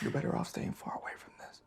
You're better off staying far away from this.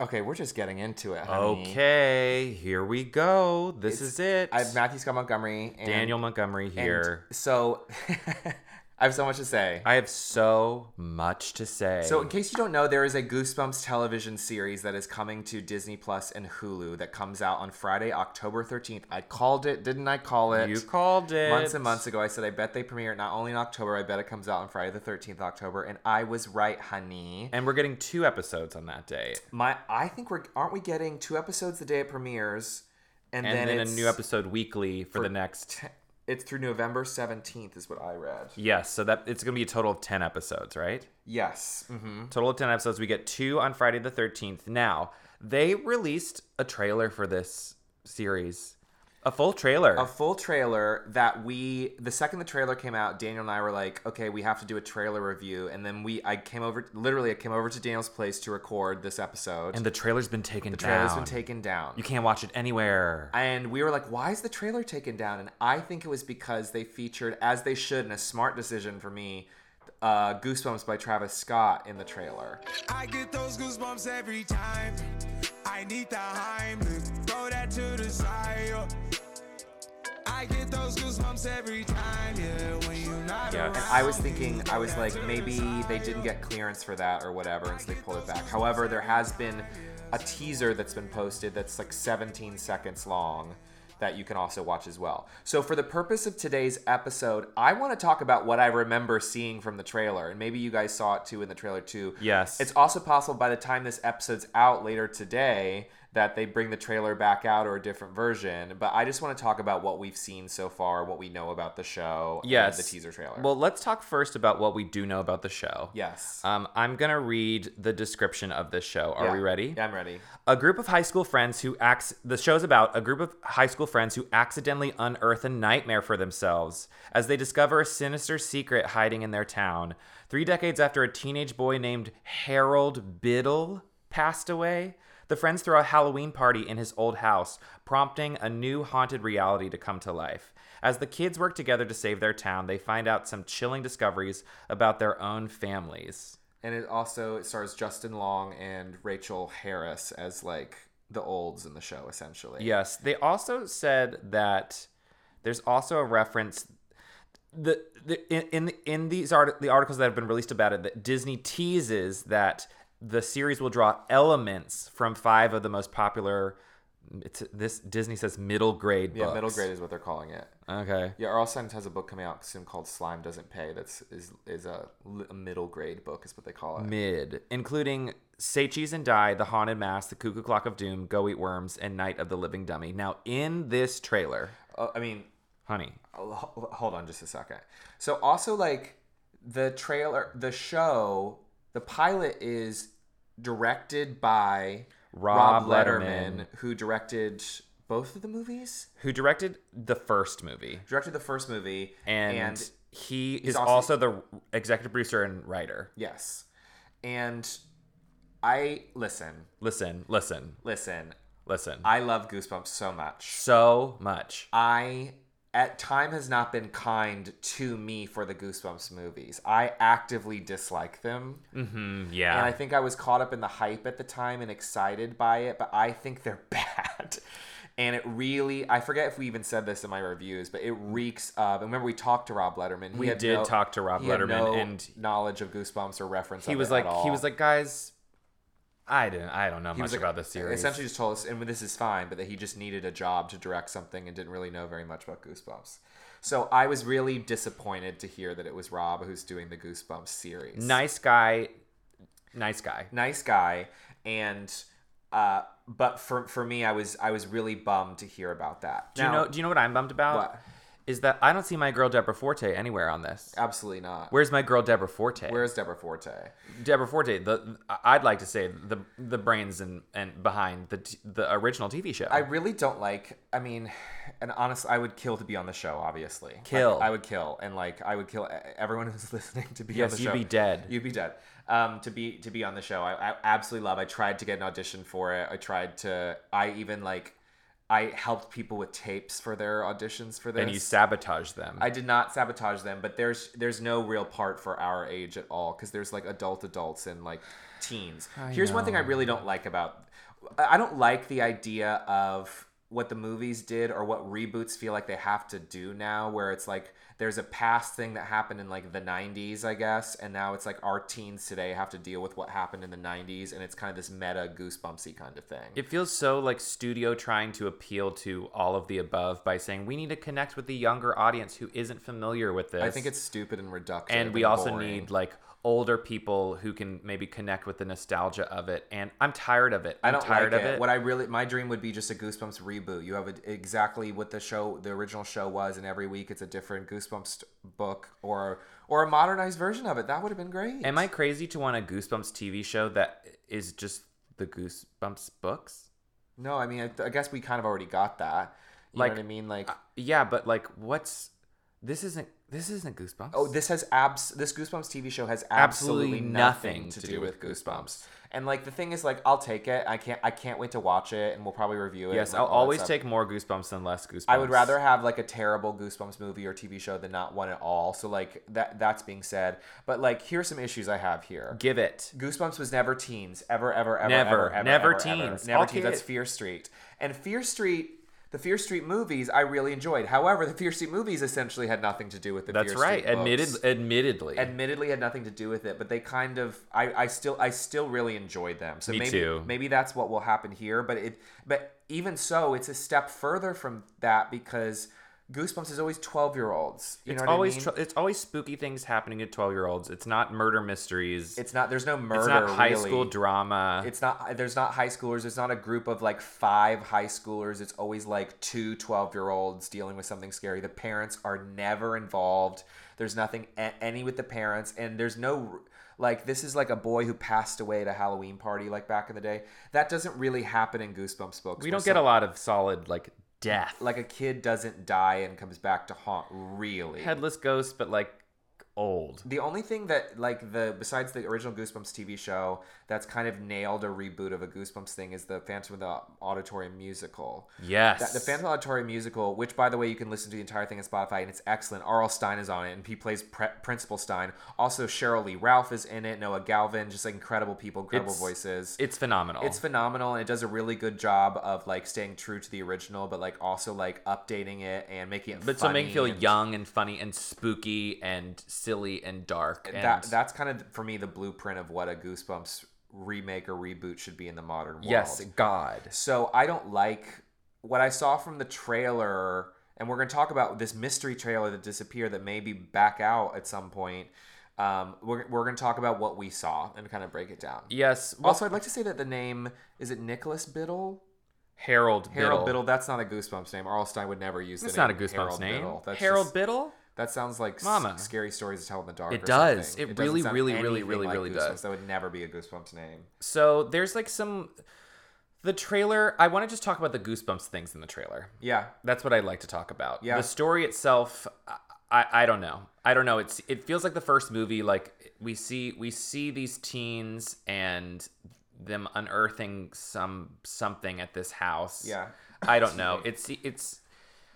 Okay, we're just getting into it. Honey. Okay, here we go. This It's- is it. I have Matthew Scott Montgomery and Daniel Montgomery and here. So I have so much to say. I have so much to say. So, in case you don't know, there is a Goosebumps television series that is coming to Disney Plus and Hulu that comes out on Friday, October 13th. I called it, didn't I call it? you called it Months and months ago, I said, I bet they premiere it not only in October, I bet it comes out on Friday the 13th, October. And I was right, honey. and we're getting two episodes on that day, My, I think we're, aren't we getting two episodes the day it premieres? And, and then, a it's, new episode weekly for, for the next. It's through November 17th, is what I read. Yes, so that it's going to be a total of ten episodes, right? Yes. Mm-hmm. Total of ten episodes. We get two on Friday the thirteenth. Now they released a trailer for this series, a full trailer. a full trailer that we the second the trailer came out daniel and i were like okay we have to do a trailer review and then we i came over literally i came over to daniel's place to record this episode and the trailer's been taken the trailer's down. been taken down you can't watch it anywhere. and we were like why is the trailer taken down and i think it was because they featured as they should in a smart decision for me uh, goosebumps by travis scott in the trailer I get those goosebumps every time. I need the Heimlich. Throw that to the side. yo. I get those goosebumps every time, yeah, when you're not Yeah. and i was thinking i was like maybe they didn't get clearance for that or whatever and so they pulled it back however there has been a teaser that's been posted that's like 17 seconds long that you can also watch as well so for the purpose of today's episode i want to talk about what i remember seeing from the trailer and maybe you guys saw it too in the trailer too Yes. it's also possible by the time this episode's out later today that they bring the trailer back out or a different version but i just want to talk about what we've seen so far what we know about the show and yes, the teaser trailer Well, let's talk first about what we do know about the show. Yes. Um, I'm gonna read the description of this show. Are we Yeah. ready? Yeah, I'm ready. A group of high school friends who acts. The show's about a group of high school friends who accidentally unearth a nightmare for themselves as they discover a sinister secret hiding in their town. Three decades after a teenage boy named Harold Biddle passed away, the friends throw a Halloween party in his old house, prompting a new haunted reality to come to life. As the kids work together to save their town, they find out some chilling discoveries about their own families. And it also it stars Justin Long and Rachel Harris as like the olds in the show, essentially. Yes, they also said that there's also a reference the, the in in, in these art, the articles that have been released about it that Disney teases that the series will draw elements from five of the most popular. It's this Disney says middle grade. Yeah, books. middle grade is what they're calling it. Okay. Yeah, Earl Simmons has a book coming out soon called Slime Doesn't Pay. That's is is a, li- a middle grade book is what they call it. Mid, including Say Cheese and Die, The Haunted Mass, The Cuckoo Clock of Doom, Go Eat Worms, and Night of the Living Dummy. Now, in this trailer, Oh, I mean, oh, honey, Ho- ho- hold on just a second. So also like the trailer, the show, the pilot is directed by Rob Letterman. who directed both of the movies. who directed the first movie, Directed the first movie and, he is also, also- the executive producer and writer. yes, and I listen, Listen, listen, listen. listen. I love Goosebumps so much. so much. I at time has not been kind to me for the Goosebumps movies. I actively dislike them. Yeah. And I think I was caught up in the hype at the time and excited by it, but I think they're bad. And it really, I forget if we even said this in my reviews, but it reeks of. And remember, we talked to Rob Letterman. He We had did no- talk to Rob he had Letterman, no and- knowledge of Goosebumps or reference. he of was it at like, he all. was like, guys, I didn't, I don't know He much was like- about "Oh, this series. Essentially, just told us, and this is fine, but that he just needed a job to direct something and didn't really know very much about Goosebumps. So I was really disappointed to hear that it was Rob who's doing the Goosebumps series. nice guy, nice guy. nice guy, and uh, but for for me, I was I was really bummed to hear about that. Do you know? Do you know what I'm bummed about? What? Uh, Is that I don't see my girl Deborah Forte anywhere on this. Absolutely not. Where's my girl Deborah Forte? Where's Deborah Forte? Deborah Forte? The I'd like to say the the brains and and behind the t- the original TV show. I really don't like. I mean, and honestly, I would kill to be on the show. Obviously, Like, Kill. I would kill, and like I would kill e- everyone who's listening to be Yes, on the you'd show. be dead. You'd be dead. Um, to be to be on the show, I, I absolutely love. I tried to get an audition for it. I tried to. I even like. I helped people with tapes for their auditions for this. and you sabotage them. I did not sabotage them, but there's there's no real part for our age at all because there's like adult adults and like teens. Here's one thing I really don't like about I I don't like the idea of what the movies did or what reboots feel like they have to do now where it's like there's a past thing that happened in like the 90s I guess and now it's like our teens today have to deal with what happened in the 90s and it's kind of this meta goosebumpsy kind of thing. It feels so like studio trying to appeal to all of the above by saying we need to connect with the younger audience who isn't familiar with this. I think it's stupid and reductive and we also boring. need like older people who can maybe connect with the nostalgia of it. And I'm tired of it. I I'm don't tired like of it. it. What I really, my dream would be just a Goosebumps reboot. You have a, exactly what the show, the original show was, and every week it's a different Goosebumps st- book or or a modernized version of it. That would have been great. Am I crazy to want a Goosebumps TV show that is just the Goosebumps books? No, I mean, I, I guess we kind of already got that. You Like, uh, know what I mean? Like, Yeah, but like what's this isn't this isn't Goosebumps. oh, this has abs. This Goosebumps TV show has absolutely, Absolutely nothing, nothing to, do, with Goosebumps. And like the thing is, like I'll take it. I can't. I can't wait to watch it, and we'll probably review it. Yes, and, I'll like, all that always stuff. take more Goosebumps than less Goosebumps. I would rather have like a terrible Goosebumps movie or TV show than not one at all. So like that that's being said. But like here's some issues I have here. give it. Goosebumps was never teens, ever, ever, ever, Never. ever, ever, Never ever, ever. teens. never All teens. That's kids. Fear Street, and Fear Street. The Fear Street movies I really enjoyed. However, the Fear Street movies essentially had nothing to do with the That's Fear right. Street books Admitted, admittedly. admittedly had nothing to do with it but they kind of i, I still i still really enjoyed them so Me maybe too. maybe that's what will happen here but it but even so it's a step further from that because goosebumps is always 12 year olds you it's know what always I mean? tr- it's always spooky things happening to twelve year olds. It's not murder mysteries. It's, it's not there's no murder not high really. school drama. it's not there's not high schoolers there's not a group of like five high schoolers it's always like two 12 year olds dealing with something scary the parents are never involved there's nothing a- any with the parents and there's no like this is like a boy who passed away at a halloween party like back in the day that doesn't really happen in goosebumps books we where don't get a lot of solid like death. some- like a kid doesn't die and comes back to haunt really headless ghost, but like old. the only thing that like the besides the original Goosebumps TV show that's kind of nailed a reboot of a Goosebumps thing is the Phantom of the Auditorium musical. Yes. That, the Phantom Auditorium musical, which by the way you can listen to the entire thing on Spotify and it's excellent. R.L. Stein is on it and he plays Pre- Principal Stein. Also Cheryl Lee Ralph is in it. Noah Galvin, just like incredible people, incredible It's- voices. It's phenomenal. It's phenomenal and it does a really good job of like staying true to the original, but like also like updating it and making it. but so make funny you feel and- young and funny and spooky and silly and dark. And that that's kind of for me the blueprint of what a Goosebumps remake or reboot should be in the modern world. yes, God. So I don't like what I saw from the trailer, and we're going to talk about this mystery trailer that disappeared that may be back out at some point. Um, we're we're going to talk about what we saw and kind of break it down. Yes. Well, Also, I'd like to say that the name is it Nicholas Biddle? Harold Harold Biddle. Biddle. That's not a Goosebumps name. Arlstein would never use. the That's name not a Goosebumps Harold name. Biddle. That's Harold just- Biddle. that sounds like s- Mama. scary stories to tell in the dark. It or does. something. It doesn't really, sound really, really, anything really, really Goosebumps. does. That would never be a Goosebumps name. So there's like some. The trailer. I want to just talk about the Goosebumps things in the trailer. Yeah. That's what I like to talk about. Yeah. The story itself, I, I, I don't know. I don't know. It's it feels like the first movie. Like we see we see these teens and them unearthing some something at this house. Yeah. I don't know. It's it's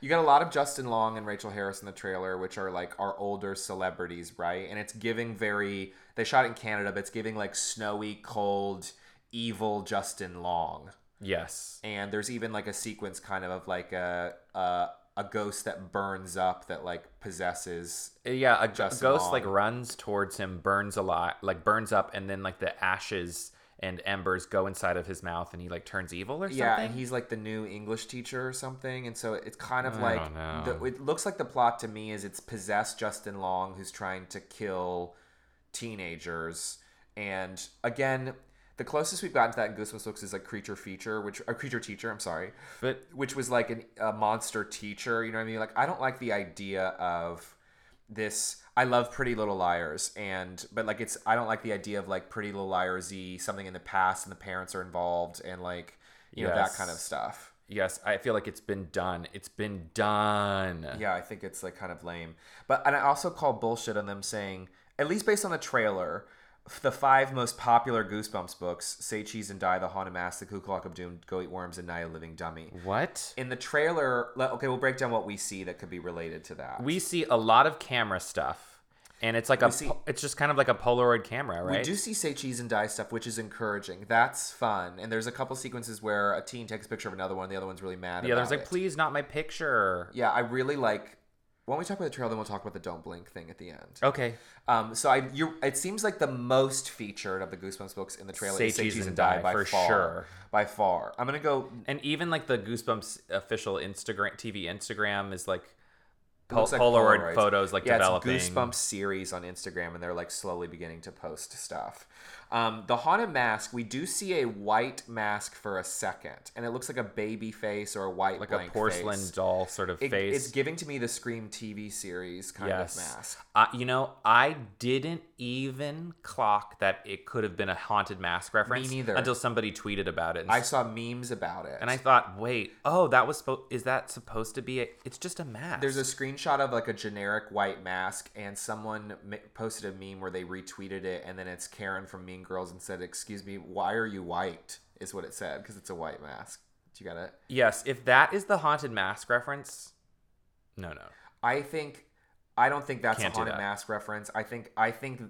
You got a lot of Justin Long and Rachel Harris in the trailer, which are like our older celebrities, right? And it's giving very. They shot it in Canada, but it's giving like snowy, cold, evil Justin Long. yes. And there's even like a sequence kind of of like a a, a ghost that burns up that like possesses. Yeah, a, g- Justin ghost Long. like runs towards him, burns a lot, like burns up, and then like the ashes and embers go inside of his mouth, and he like turns evil or something. Yeah, and he's like the new English teacher or something, and so it's kind of like don't know. the, it looks like the plot to me is it's possessed Justin Long who's trying to kill teenagers, and again, the closest we've gotten to that in Goosebumps books is like creature feature, which a creature teacher, I'm sorry, but which was like an, a monster teacher. You know what I mean? Like I don't like the idea of this. I love Pretty Little Liars, and but like it's I don't like the idea of like Pretty Little Liars-y something in the past, and the parents are involved, and like you know that Yes. kind of stuff. yes, I feel like it's been done. It's been done. Yeah, I think it's like kind of lame. But and I also call bullshit on them saying, at least based on the trailer, the five most popular Goosebumps books: "Say Cheese and Die," "The Haunted Mass," "The Ku Klux of Doom," "Go Eat Worms," and "Night of the Living Dummy." What? In the trailer, le- okay, we'll break down what we see that could be related to that. We see a lot of camera stuff, and it's like a see- po- it's just kind of like a Polaroid camera, right? We do see say cheese and die stuff, which is encouraging. That's fun. And there's a couple sequences where a teen takes a picture of another one, the other one's really mad. the other's about like, it. please, not my picture. Yeah, I really like. When we talk about the trailer, then we'll talk about the don't blink thing at the end. Okay. Um, so I, you, it seems like the most featured of the Goosebumps books in the trailer Say is Say Cheese Cheese, and and Die, Die, by for far. sure. By far, I'm gonna go. And even like the Goosebumps official Instagram TV Instagram is like it Pol- looks like Polaroid Polaroids. photos like yeah, developing. It's Goosebumps series on Instagram, and they're like slowly beginning to post stuff. Um, the haunted mask, we do see a white mask for a second, and it looks like a baby face or a white like a blank porcelain face. doll sort of It- face. It's giving to me the Scream TV series kind yes. of mask. Uh, you know, I didn't even clock that it could have been a haunted mask reference. neither. Until somebody tweeted about it. And, I s- saw memes about it, and I thought, wait, oh, that was supposed. Is that supposed to be? A- it's just a mask. There's a screenshot of like a generic white mask, and someone ma- posted a meme where they retweeted it, and then it's Karen from Mean Girls and said, "Excuse me, why are you white?" Is what it said because it's a white mask. Do you got it? yes. If that is the haunted mask reference, no, no. I think I don't think that's Can't a do haunted that. mask reference. I think I think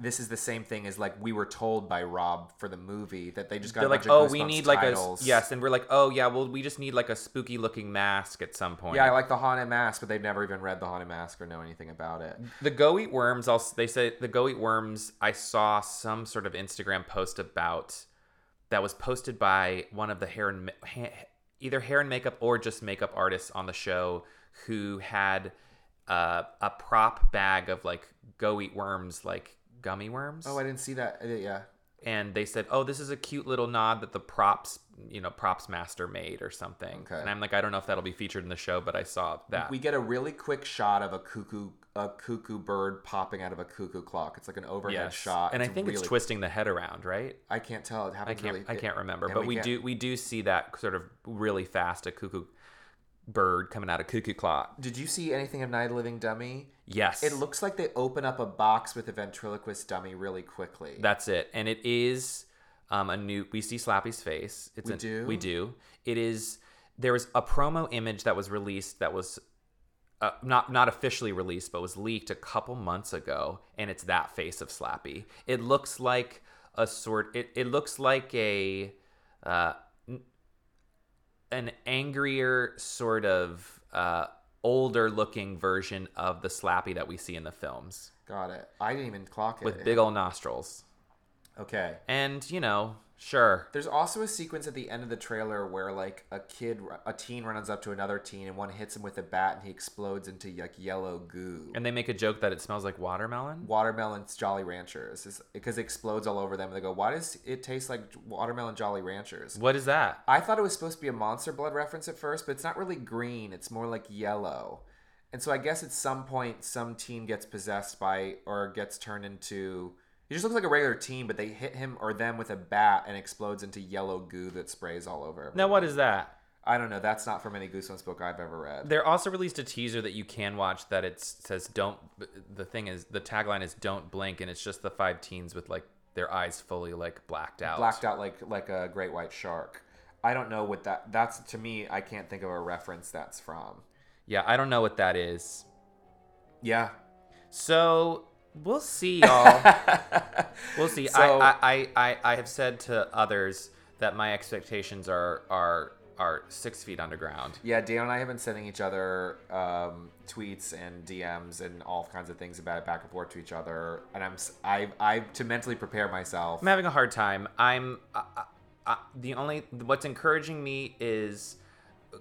this is the same thing as like we were told by Rob for the movie that they just got They're a like, bunch oh, of we Goosebumps need like titles. a yes, and we're like, oh yeah, well, we just need like a spooky looking mask at some point. Yeah, I like the haunted mask, but they've never even read the haunted mask or know anything about it. The Go Eat Worms, also, they say the Go Eat Worms, I saw some sort of Instagram post about that was posted by one of the hair and ma- ha- either hair and makeup or just makeup artists on the show who had uh, a prop bag of like Go Eat Worms, like gummy worms. Oh, I didn't see that. Uh, Yeah, and they said, "Oh, this is a cute little nod that the props, you know, props master made or something." Okay. And I'm like, I don't know if that'll be featured in the show, but I saw that. we get a really quick shot of a cuckoo a cuckoo bird popping out of a cuckoo clock. It's like an overhead Yes. shot. and I a think really- it's twisting the head around, right? I can't tell. It I happens. can't really, I can't remember, and but we, can't- do we do see that sort of really fast a cuckoo bird coming out of cuckoo clock. Did you see anything of Night of the Living Dummy? Yes, It looks like they open up a box with a ventriloquist dummy really quickly. that's it, and it is um, a new. We see Slappy's face. It's we do? We do. It is. There was a promo image that was released that was uh, not not officially released, but was leaked a couple months ago, and it's that face of Slappy. It looks like a sort. It it looks like a uh, n- an angrier sort of uh, older looking version of the Slappy that we see in the films Got it. I didn't even clock it. with big old nostrils. okay. And you know, sure, There's also a sequence at the end of the trailer where like a kid, a teen runs up to another teen and one hits him with a bat and he explodes into like yellow goo. and they make a joke that it smells like watermelon. watermelon's Jolly Ranchers is because it explodes all over them. And they go, "Why does it taste like watermelon Jolly Ranchers?" What is that? I thought it was supposed to be a Monster Blood reference at first, but it's not really green. It's more like yellow. And so I guess at some point, some teen gets possessed by or gets turned into. He just looks like a regular teen, but they hit him or them with a bat and explodes into yellow goo that sprays all over. Now, what is that? I don't know. That's not from any Goosebumps book I've ever read. They're also released a teaser that you can watch that it says don't. The thing is, the tagline is don't blink, and it's just the five teens with like their eyes fully like blacked out. blacked out like like a great white shark. I don't know what that that's to me. I can't think of a reference that's from. Yeah, I don't know what that is. Yeah. So we'll see, Um, y'all. we'll see. So- I, I, I, I, I have said to others that my expectations are are are six feet underground. Yeah, Dale and I have been sending each other um, tweets and DMs and all kinds of things about it back and forth to each other. And I'm s- I I to mentally prepare myself. I'm having a hard time. I'm I, I, I, the only what's encouraging me is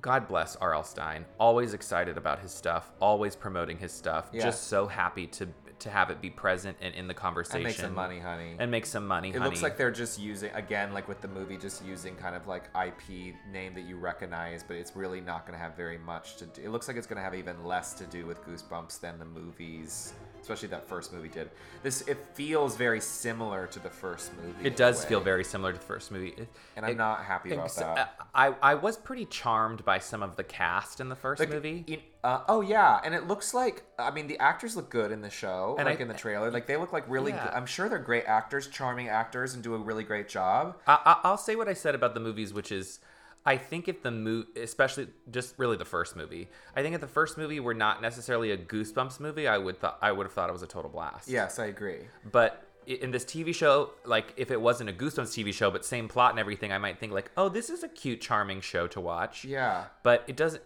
God bless R.L. Stein. Always excited about his stuff. Always promoting his stuff. Yeah. Just so happy to to have it be present and in the conversation. And make some money, honey. And make some money. it looks like they're just using again, like with the movie, just using kind of like IP name that you recognize, but it's really not going to have very much to do. It looks like it's going to have even less to do with Goosebumps than the movies. especially that first movie did. This it feels very similar to the first movie. in a It does way, feel very similar to the first movie. It- and I'm it- uh, not happy about ex- that. I, I was pretty charmed by some of the cast in the first Like, movie. in- uh, oh yeah, and it looks like I mean the actors look good in the show, And like I- in the trailer. Like they look like really. Yeah. good. I'm sure they're great actors, charming actors, and do a really great job. I, I, I'll say what I said about the movies, which is, I think if the movie, especially just really the first movie, I think if the first movie were not necessarily a Goosebumps movie, I would thought I would have thought it was a total blast. Yes, I agree. But i- in this TV show, like if it wasn't a Goosebumps TV show, but same plot and everything, I might think like, oh, this is a cute, charming show to watch. Yeah. But it doesn't,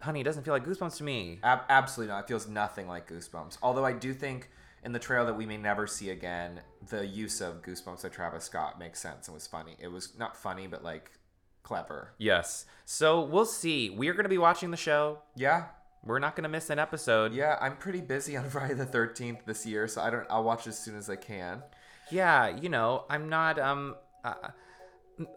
honey, it doesn't feel like Goosebumps to me. Ab- absolutely not. It feels nothing like Goosebumps. Although I do think in the trail that we may never see again, the use of Goosebumps by Travis Scott makes sense and was funny. It was not funny, but like clever. Yes. So we'll see. We are going to be watching the show. Yeah. We're not going to miss an episode. Yeah, I'm pretty busy on Friday the 13th this year, so I don't I'll watch as soon as I can. Yeah, you know, I'm not. Um, uh,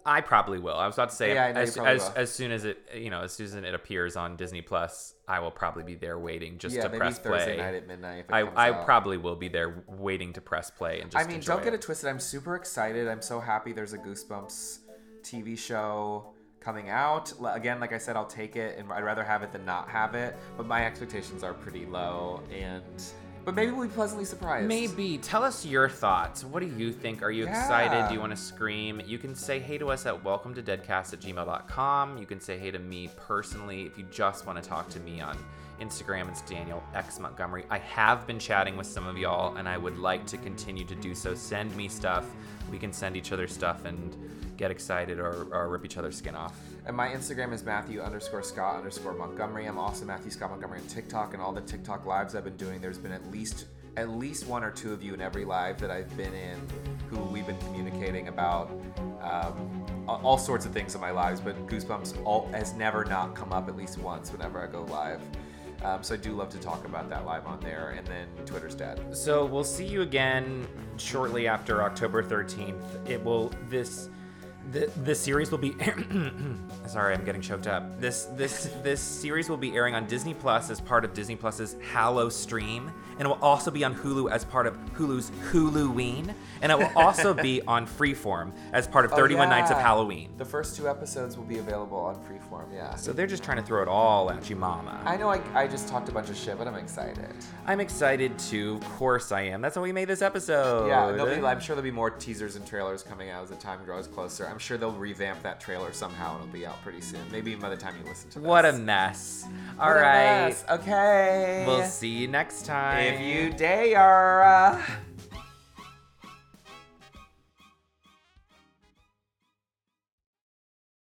I probably will. I was about to say Yeah, I know you as, probably as, will. as soon as it, you know, as soon as it appears on Disney Plus, I will probably be there waiting just yeah, to maybe press Thursday play. night at midnight. If it I, comes I out. probably will be there waiting to press play and just. I mean, enjoy don't get it. it twisted. I'm super excited. I'm so happy there's a Goosebumps TV show coming out. L- Again, like I said, I'll take it, and I'd rather have it than not have it. But my expectations are pretty low, and but maybe we'll be pleasantly surprised. Maybe tell us your thoughts. What do you think? Are you excited? Yeah. Do you want to scream? You can say hey to us at welcome to deadcast at gmail.com. You can say hey to me personally if you just want to talk to me on Instagram. It's Daniel X Montgomery. I have been chatting with some of y'all and I would like to continue to do so. Send me stuff. We can send each other stuff and get excited or, or rip each other's skin off. And my Instagram is Matthew underscore Scott underscore Montgomery. I'm also Matthew Scott Montgomery on TikTok and all the TikTok lives I've been doing. There's been at least at least one or two of you in every live that I've been in who we've been communicating about um, a- all sorts of things in my lives. But Goosebumps all, has never not come up at least once whenever I go live. Um, so I do love to talk about that live on there. And then Twitter's dead. So we'll see you again shortly after October 13th. It will this the this series will be sorry, I'm getting choked up. This this this series will be airing on Disney Plus as part of Disney Plus's Hallow stream, and it will also be on Hulu as part of Hulu's Huluween, and it will also be on Freeform as part of 31 Nights of Oh, yeah. Halloween. The first two episodes will be available on Freeform. Yeah. So they're just trying to throw it all at you, mama. I know I, I just talked a bunch of shit, but I'm excited. I'm excited too. Of course I am. That's why we made this episode. Yeah, and there'll be, I'm sure there'll be more teasers and trailers coming out as the time grows closer. I'm sure they'll revamp that trailer somehow, and it'll be out pretty soon. Maybe by the time you listen to this. What a mess. All What a right. mess. Okay. We'll see you next time. If you dare.